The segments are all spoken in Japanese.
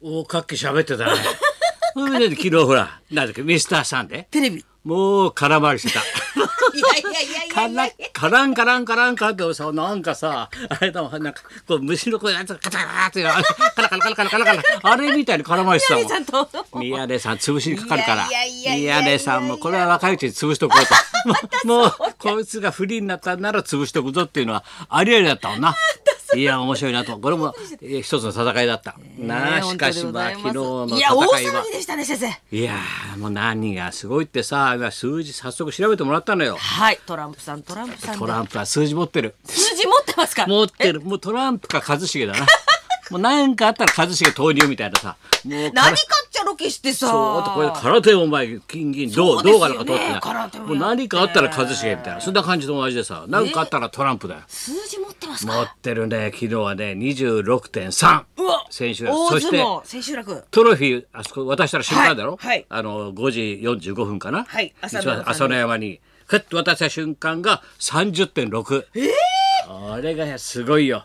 おかっき喋ってたねそれで昨日ほらなんだっけミスターサンデーテレビ。いもう空回りしてたやいやいやいカランカランカランカランカランってさなんかさあれだもんなんかこう虫の声がカタカタカタってカラカラカラカラカラカラあれみたいに空回りしてたもんちゃんと。宮根さん潰しにかかるからいやいやいやいや宮根さんもこれは若いうちに潰しとこ うともうこいつが不利になったんなら潰しとくぞっていうのはありありだったもんないや面白いなとこれもえー一つの戦いだった、なあしかしまあ昨日のい戦いや、大は騒ぎでしたね、先生。いやーもう何がすごいってさ今数字早速調べてもらったのよはい、トランプさん、トランプさんトで。ランプは数字持ってる数字持ってますか持ってるもうトランプか一茂だなもう何かあったら一茂投入みたいなさもう何かっちゃロケしてさ。そうとこれで空手お前金銀銅そうです銅よがなねんか取って空手ないもやっもてう何かあったら一茂みたいなそんな感じと同じでさ何かあったらトランプだよ数字持ってます持かってるね昨日はね26.3うわ先週大そして相撲、千秋楽。トロフィーあそこ渡したら瞬間だろ、はいはいあの5時45分かな、はい朝の一番朝の山にふっと渡した瞬間が30.6ええあれがすごいよ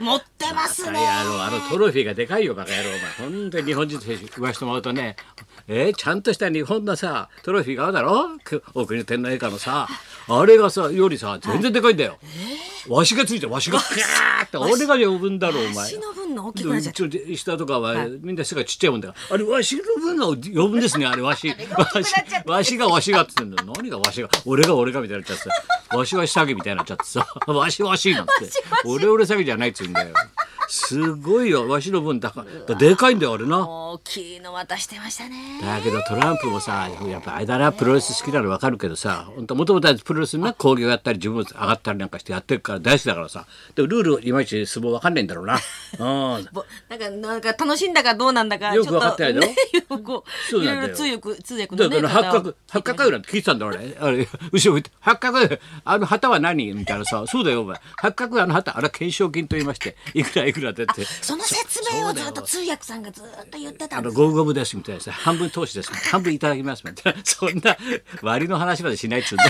持ってますあね。やろあのトロフィーがでかいよバカ野郎お前本当に日本人と言わしてもらうとねえーちゃんとした日本のさトロフィーがあるだろくお国の天皇陛下のさあれがさよりさ全然でかいんだよ、わしがついてるわしがガーって俺が呼ぶんだろお前足の分の大きでくなっちゃっちょで下とかはみんな背がちっちゃいもんだから、あれわしの分が呼ぶんですねあれわしわしわしがわしがって言ってんだよ何がわしが俺が俺がみたいになっちゃってさわしは詐欺みたいになっちゃってさ わしわしなんて俺俺詐欺じゃないっつうんだよすごいよわしの分だからだからでかいんだよあれなた。大きいの渡してましたね。だけどトランプもさやっぱあれだなプロレス好きなの分かるけどさ本当もともとプロレスな興行やったり自分も上がったりなんかしてやってるから大好きだからさでもルールいまいち相撲分かんないんだろう なうんぼなんかなんか楽しんだかどうなんだかよくわかってないだろね、 よくこうそういなんだよろいろ通訳通訳だのねから方を八角八角よなんて聞いてたんだ俺あれ後ろ見て「八角あの旗は何?」みたいなさ「そうだよお前八角あの旗あれ懸賞金と言いましていくらいくらで」ってその説明をずっと通訳さんがずっと言ってあたんでのすゴブゴブですみたいなさ半分投資です半分いただきますみたいなそんな割の話までしないっつうんで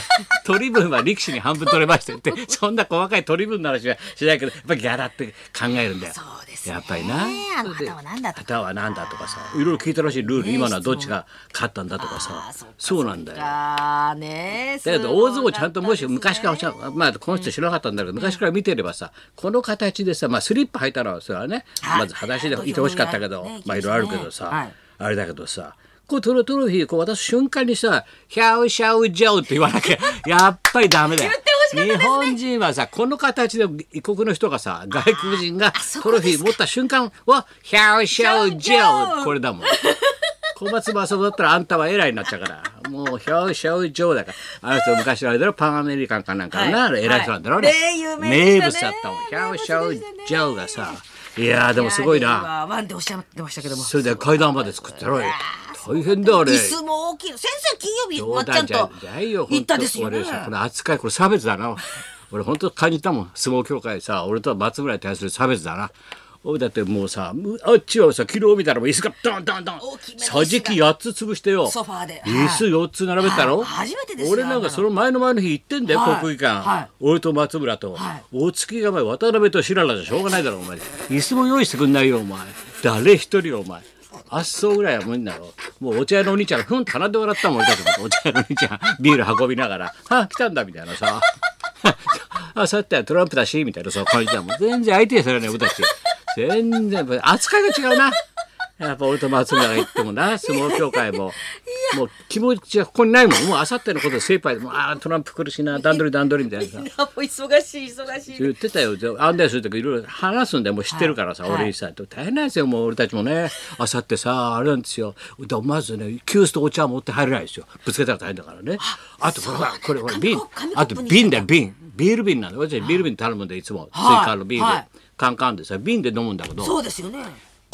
取り分は力士に半分取れましたってそんな細かい取り分の話はしないけどやっぱりギャラって考えるんだよそうですねやっぱりなあの旗は何だとか旗は何だとかさいろいろ聞いたらしいルール今のはどっちが勝ったんだとかあさーっかそうなんだよあねだけど大相撲ちゃんともしすごかっ昔たからちゃんまあこの人知らなかったんだけど昔から見てればさこの形でさまあスリッパ履いたらそれはねはいまず裸足でいてほしかったけどはいはいまあいろいろあるけどはさいあれだけどさこうトロトロフィーこう渡す瞬間にさ「ヒャウシャウジャウ」って言わなきゃ やっぱりダメだよ言ってほしかったです日本人はさこの形で異国の人がさ外国人がそトこロでフィー持った瞬間は「ヒャウシャウジシャウャジャウ」ウこれだもん。小松政夫だったらあんたは偉いになっちゃうからもうひょうひょうじょうだからあの人昔のあれだろパンアメリカンかなんかのな、はいあれ偉い人なんだろうね,、はいね有名名で物しただねったもんひ名ょ物うでしひたねょうじょうがさいやーでもすごいなワンでおっしゃってましたけどもそれで階段まで作ったろ大変だあれ椅子も大きい先生金曜日まっちゃんとないよ行ったですよね本当俺さこの扱いこれ差別だな 俺本当感じたもん相撲協会さ俺と松村に対する差別だな俺だってもうさむあっちはさ昨日見たらもう椅子がドンドンドン大きめの椅子が桟敷8つ潰してよソファーで椅子4つ並べたろはい初めてですよ俺なんかその前の前の日行ってんだよはい国技はい館俺と松村とはいお月が前渡辺と白良じゃしょうがないだろお前椅子も用意してくんないよお前誰一人お前あっそうぐらいは無理だろもうお茶屋のお兄ちゃんがふん棚で笑ったもん俺たちもお茶屋のお兄ちゃん ビール運びながら「あ来たんだ」みたいなさ 「あさってトランプだし」みたいなそう感じだもん全然相手にされない俺たち全然扱いが違うなやっぱ俺と松村が行ってもな相撲協会 ももう気持ちはここにないもんもうあさってのことで精一杯でもうあートランプ苦しいな段取り段取りみたいなさみんなもう忙しい忙しい言ってたよ案内する時いろいろ話すんだよもう知ってるからさ、はい俺にさ大変なんですよもう俺たちもねあさってさあれなんですよだまずね急須とお茶持って入れないですよぶつけたら大変だからねあとほらこれこれ瓶紙コあップとに瓶だよ瓶ビール瓶なんだよ私ビール瓶頼むんでいつも追はい加のビール、はいカンカンでさ瓶で飲むんだけどそうですよね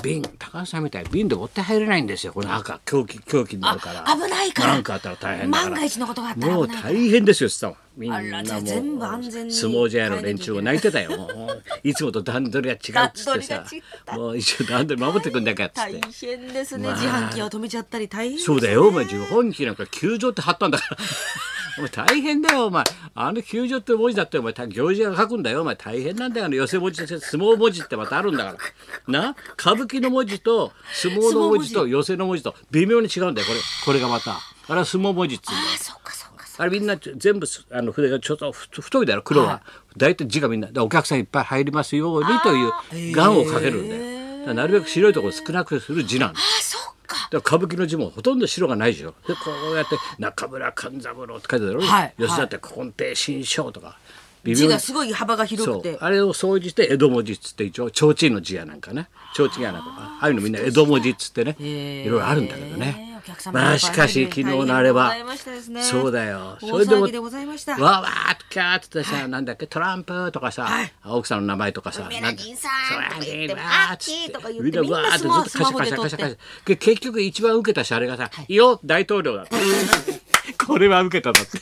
瓶高橋さんみたいに瓶で持って入れないんですよこの赤狂気狂気になるからあ危ないからなんかあったら大変だから万が一のことがあったらもう危ないから大変ですよつったもんみんあなもらじゃあ全部安全に相撲茶屋の連中が泣いてたよもういつもと段取りが違うっつってさ段取りが違うもう一応段取り守ってくんだけっつっ大て変ですねまあ自販機を止めちゃったり大変そうだよお前自販機なんか球場って貼ったんだから お前大変だよお前あの球場って文字だってお前た行司が書くんだよお前大変なんだよあの寄せ文字と相撲文字ってまたあるんだからな歌舞伎の文字と相撲の文字相撲と寄せの文字と微妙に違うんだよこれこれがまたあれは相撲文字っつうんだよああ、そうかそうかそうか。あれみんなちょ全部すあの筆がちょっとふ太いだろ黒は、大体字がみんなだからお客さんいっぱい入りますようにという願をかけるんだよ、だからなるべく白いところを少なくする字なんだああ、そうか。だから歌舞伎の字もほとんど白がないでしょでこうやって「中村勘三郎」って書いてあるだろ、はい吉田って「根底新章」とか微字妙にがすごい幅が広そくてう。あれを総じて江戸文字っつって一応提灯の字やなんかね提灯やなんかああいうのみんな江戸文字っつってねへいえろいろあるんだけどねお客様まがあいっぱいしかし昨入日るのあれば大変でございましたですねそうだよ大それでも騒ぎでございましたわーわーっとキャーっつってさなんだっけトランプとかさはい奥さんの名前とかさメなラんだニンさんとか言そうやってねわーっつあっちとか言ってみんなわーってずっとカシャカシャカシャカシャで結局一番受けたしあれがさ「よ大統領だ」って これは受けただって。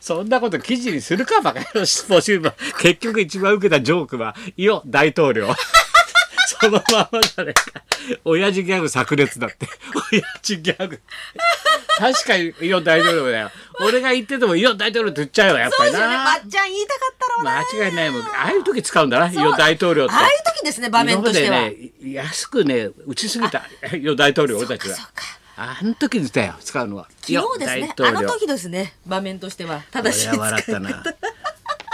そんなこと記事にするかバカ野郎スポーツ新聞結局一番受けたジョークは「よ大統領」 そのままじゃねえか親父ギャグ炸裂だって親父ギャグ確かに「よ大統領」だよ俺が言ってても「よ大統領」って言っちゃうよやっぱそうりですよねなまっちゃん言いたかったろうな間違いないもんああいう時使うんだな「そうよ大統領」ってああいう時ですね場面として今はまでね安くね打ちすぎた「よ大統領」俺たちはそうかあの時にだよ使うのは「よ昨日ですね大あ統の領」時ですね場面としてはこれ正しいは笑ったな。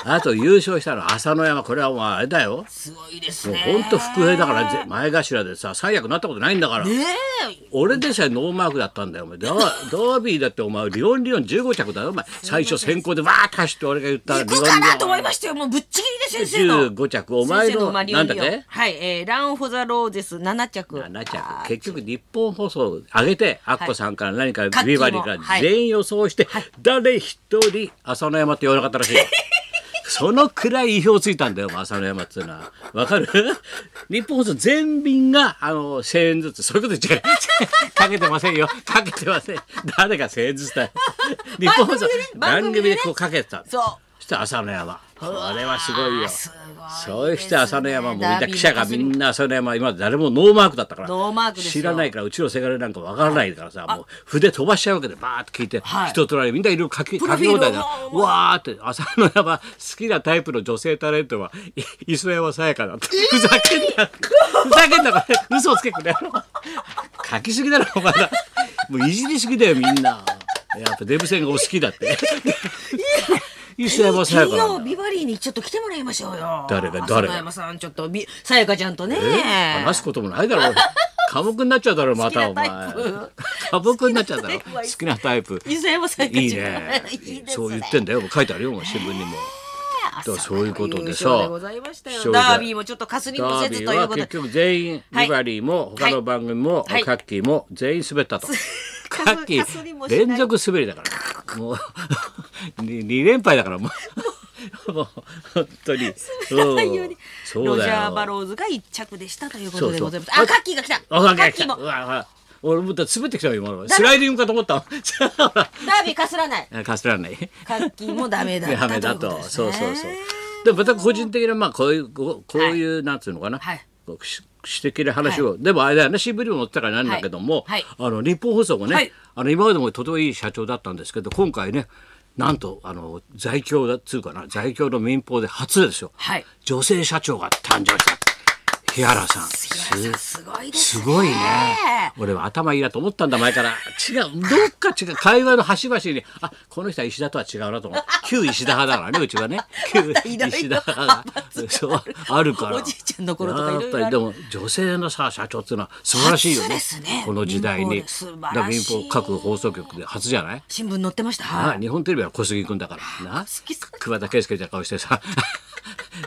あと優勝したの朝乃山これはもうあれだよ。すごいですもうねほんと伏兵だからぜ前頭でさ最悪なったことないんだから。ね俺でさえノーマークだったんだよお前ダーダービーだってお前リオンリオン15着だよお前最初先行でわーって走って俺が言っえた行くかなと思いまましたよもうぶっちぎりで先生の15着お前先生の馬なんだってはい、えー、ラン・フォザ・ローゼス7着7着結局日本放送上げてアッコさんから何からカッキーもビバリーからはい全員予想して誰一人浅野山って言わなかったら しいよそのくらい意表ついたんだよお前浅野山っつうのはわかる日本放送全便があの1000円ずつそういうこと言っ ちゃうかけてませんよかけてません誰が1000円ずつ だよ日本放送番番組でね番組でね組でこうかけてたそうそして浅野山これはすごいよすごいそうして浅野山もみんな記者がみんなな浅野山今まで誰もノーマークだったからノーマークですよ知らないからうちのせがれなんかわからないからさもう筆飛ばしちゃうわけでバーッと聞いて、はい人とられみんないろいろ書き書プきロフィール放題だをわーって浅野山好きなタイプの女性タレントはい磯山さやかだって、ふざけんなふざけんなこれ嘘をつけこれ書きすぎだろお前らもういじりすぎだよみんなやっぱデブ戦がお好きだって 磯山さやか金なんだ曜ビバリーにちょっと来てもらいましょうよ誰が浅誰野が山さんちょっとびさやかちゃんとね話すこともないだ ろう。寡黙になっちゃうだろうまたお前。好きなタイプ寡黙になっちゃうだろう。好きなタイプ。伊沢さやかちゃんいいねいいです。ねそう言ってんだよ。書いてあるよお前新聞にも。朝からそういうことでさ優勝ございましたよ視聴者ダービーもちょっとかすりもダせービずーというはことで結局全員はいビバリーも他の番組もカはいッキーも全員滑ったと。カッキかすりもーしない連続滑りだから。もう二二連敗だからもう。 もう本当に。うんそロうジだよ。ャー・バローズが一着でしたということでございますそうそうあカッキーが来たあ、かカッきキーた。もうわうわ俺もだ滑ってきたよ今の。スライディングかと思った わ。ダービーかすらないかすらない。カッキーもダメだったダメだということ。とですねそうそうそう。でまた個人的なまあこういうこうこういう、なんつうのかな。はいこうし私的な話を、でもあれだよね新聞にも載ってたからなんだけども、はいあの日本放送もね、はいあの今までもとてもいい社長だったんですけど今回ねなんとあの在京だっつうかな在京の民放で初ですよ、はい女性社長が誕生した日原さんすすごいですすねごいね。俺は頭いいなと思ったんだ前から。違う、どっか違う。会話の端々に、あ、この人は石田とは違うなと思う。旧石田派だからね、うちはね。旧いろいろ石田派が。そう、あるから。おじいちゃんの頃とかいろいろあるやっぱりでも、女性のさ、社長っていうのは素晴らしいよ初ね。ですねこの時代民に放で。素晴らしいだから民放各放送局で初じゃない新聞載ってましたあ日本テレビは小杉君だから。な杉さん桑田佳祐みたいな顔してさ。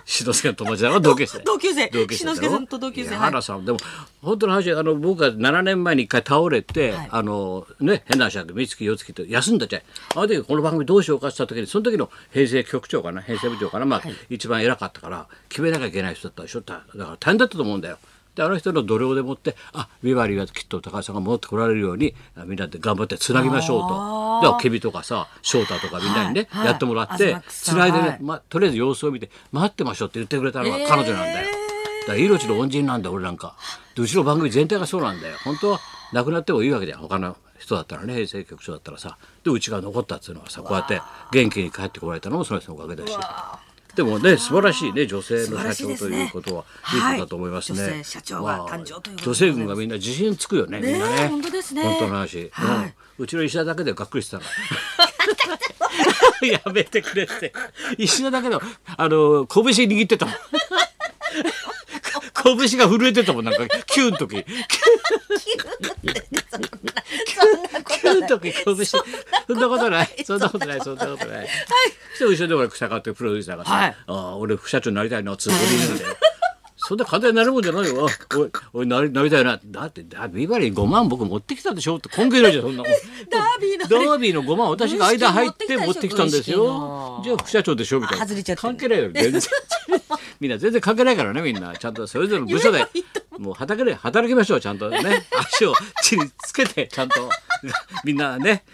志の輔の友達だろ同級生同級生同級生だろ志の輔さんと同級生はいや原さん、でも本当の話あの僕が7年前に一回倒れて、はいあのね変な話だけど三月四月と休んだじゃんあの時この番組どうしようかって言った時にその時の平成局長かな平成部長かな、まあ一番偉かったから決めなきゃいけない人だったでしょだから大変だったと思うんだよ。であの人の度量でもってあビバリーはきっと高橋さんが戻ってこられるようにあみんなで頑張ってつなぎましょうとあーだからケビとかさ翔太とかみんなにね、はいはいやってもらっ東てクさつんないでね、はいま、とりあえず様子を見て待ってましょうって言ってくれたのが彼女なんだよ、だから 命の恩人なんだよ俺なんかでうちの番組全体がそうなんだよ本当は亡くなってもいいわけじゃん他の人だったらね平成局長だったらさでうちが残ったっていうのはさこうやって元気に帰ってこられたのもその人のおかげだしでもね素晴らしいね女性の社長ということは素いいこ晴らしいですねとだと思いますね、はい女性社長が誕生ということまでございますあ女性軍がみんな自信つくよねみんなねねえ本当ですね本当の話、はいうんうちの石田だけでがっくりしてたの やめてくれって石田だけどあの拳握ってたもん 拳が震えてたもんなんかキュンの時キュンとき拳そんなことないそんなことないそんなことないはいそして後ろで俺草川っていうプロデューサーがさ、はいああ俺副社長になりたいなつぶりなんだよそんな簡単になるもんじゃないよ。あおい、おいなり、なりたいな。だって、だビバリー5万僕持ってきたでしょって根拠ないじゃん、そ んなもん。ダービーのダービーの5万私が間入って持ってきたんですよ軍資金持ってきたでしょじゃあ副社長でしょみたいなあ外れちゃってる関係ないよ全然 みんな全然関係ないからねみんなちゃんとそれぞれの部署でもう畑で働きましょうちゃんと ね足を地につけてちゃんとみんなね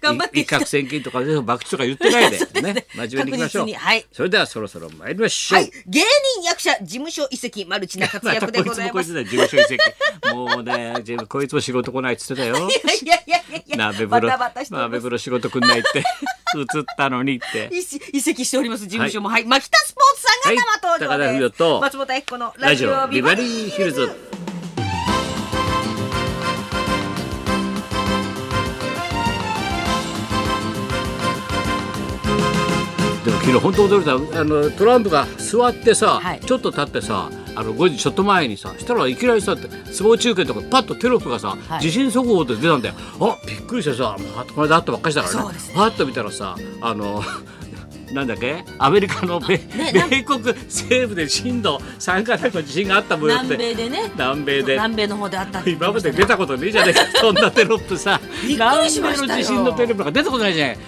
頑張って一攫千金とかね博打とか言ってないでね真面目にいきましょう確実にはいそれではそろそろ参りましょはうい、芸人役者事務所移籍マルチな活また躍こでいごつざもいこまいす。つだ事務所移籍もうね自分こいつも仕事来ないっつってたよ いやいやいやいや、鍋風呂バタバタしており鍋ます風呂仕事くんないって 移ったのにって移籍移籍しております事務所もはい、牧田スポーツさんが生登場です、はい高田文夫と松本明子のララジジオオビビババリリーヒーヒルルズズ。でも昨日本当驚いたあのトランプが座ってさ、はいちょっと立ってさあの5時ちょっと前にさしたらいきなりさって相撲中継とかパッとテロップがさ、はい地震速報で出たんだよあびっくりしてさもうこの間あったばっかりだからそうねですねパッと見たらさあのなんだっけアメリカの米,、ねなん米国西部で震度3かなんかの地震があったもよって南米でね南米で南米の方であったって言って今まましたでね出たことねえじゃね えかそんなテロップさびっくりしましたよ南米の地震のテロップが出たことないじゃない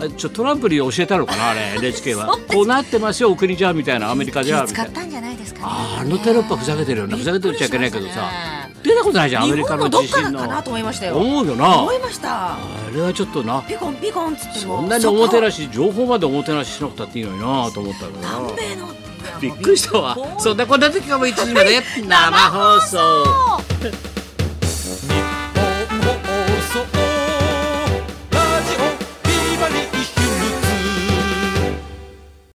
あちょトランプに教えたのかなあれ NHK はこうなってますよお国じゃみたいなアメリカじゃ気み使たいっなたんじゃないですか、ね、ああのテロップはふざけてるよねふざけてるっちゃいけないけどさ出たことないじゃんア日メリカ本ののどっ地から震かのなと思いましたよ思うよな思いましたあれはちょっとなピコンピコンっつってもそんなにおもてなしし情報までおもてなししなくたっていいのになと思ったけどな南米のびっくりしたわもうそんなこんな時からも1時まで生放送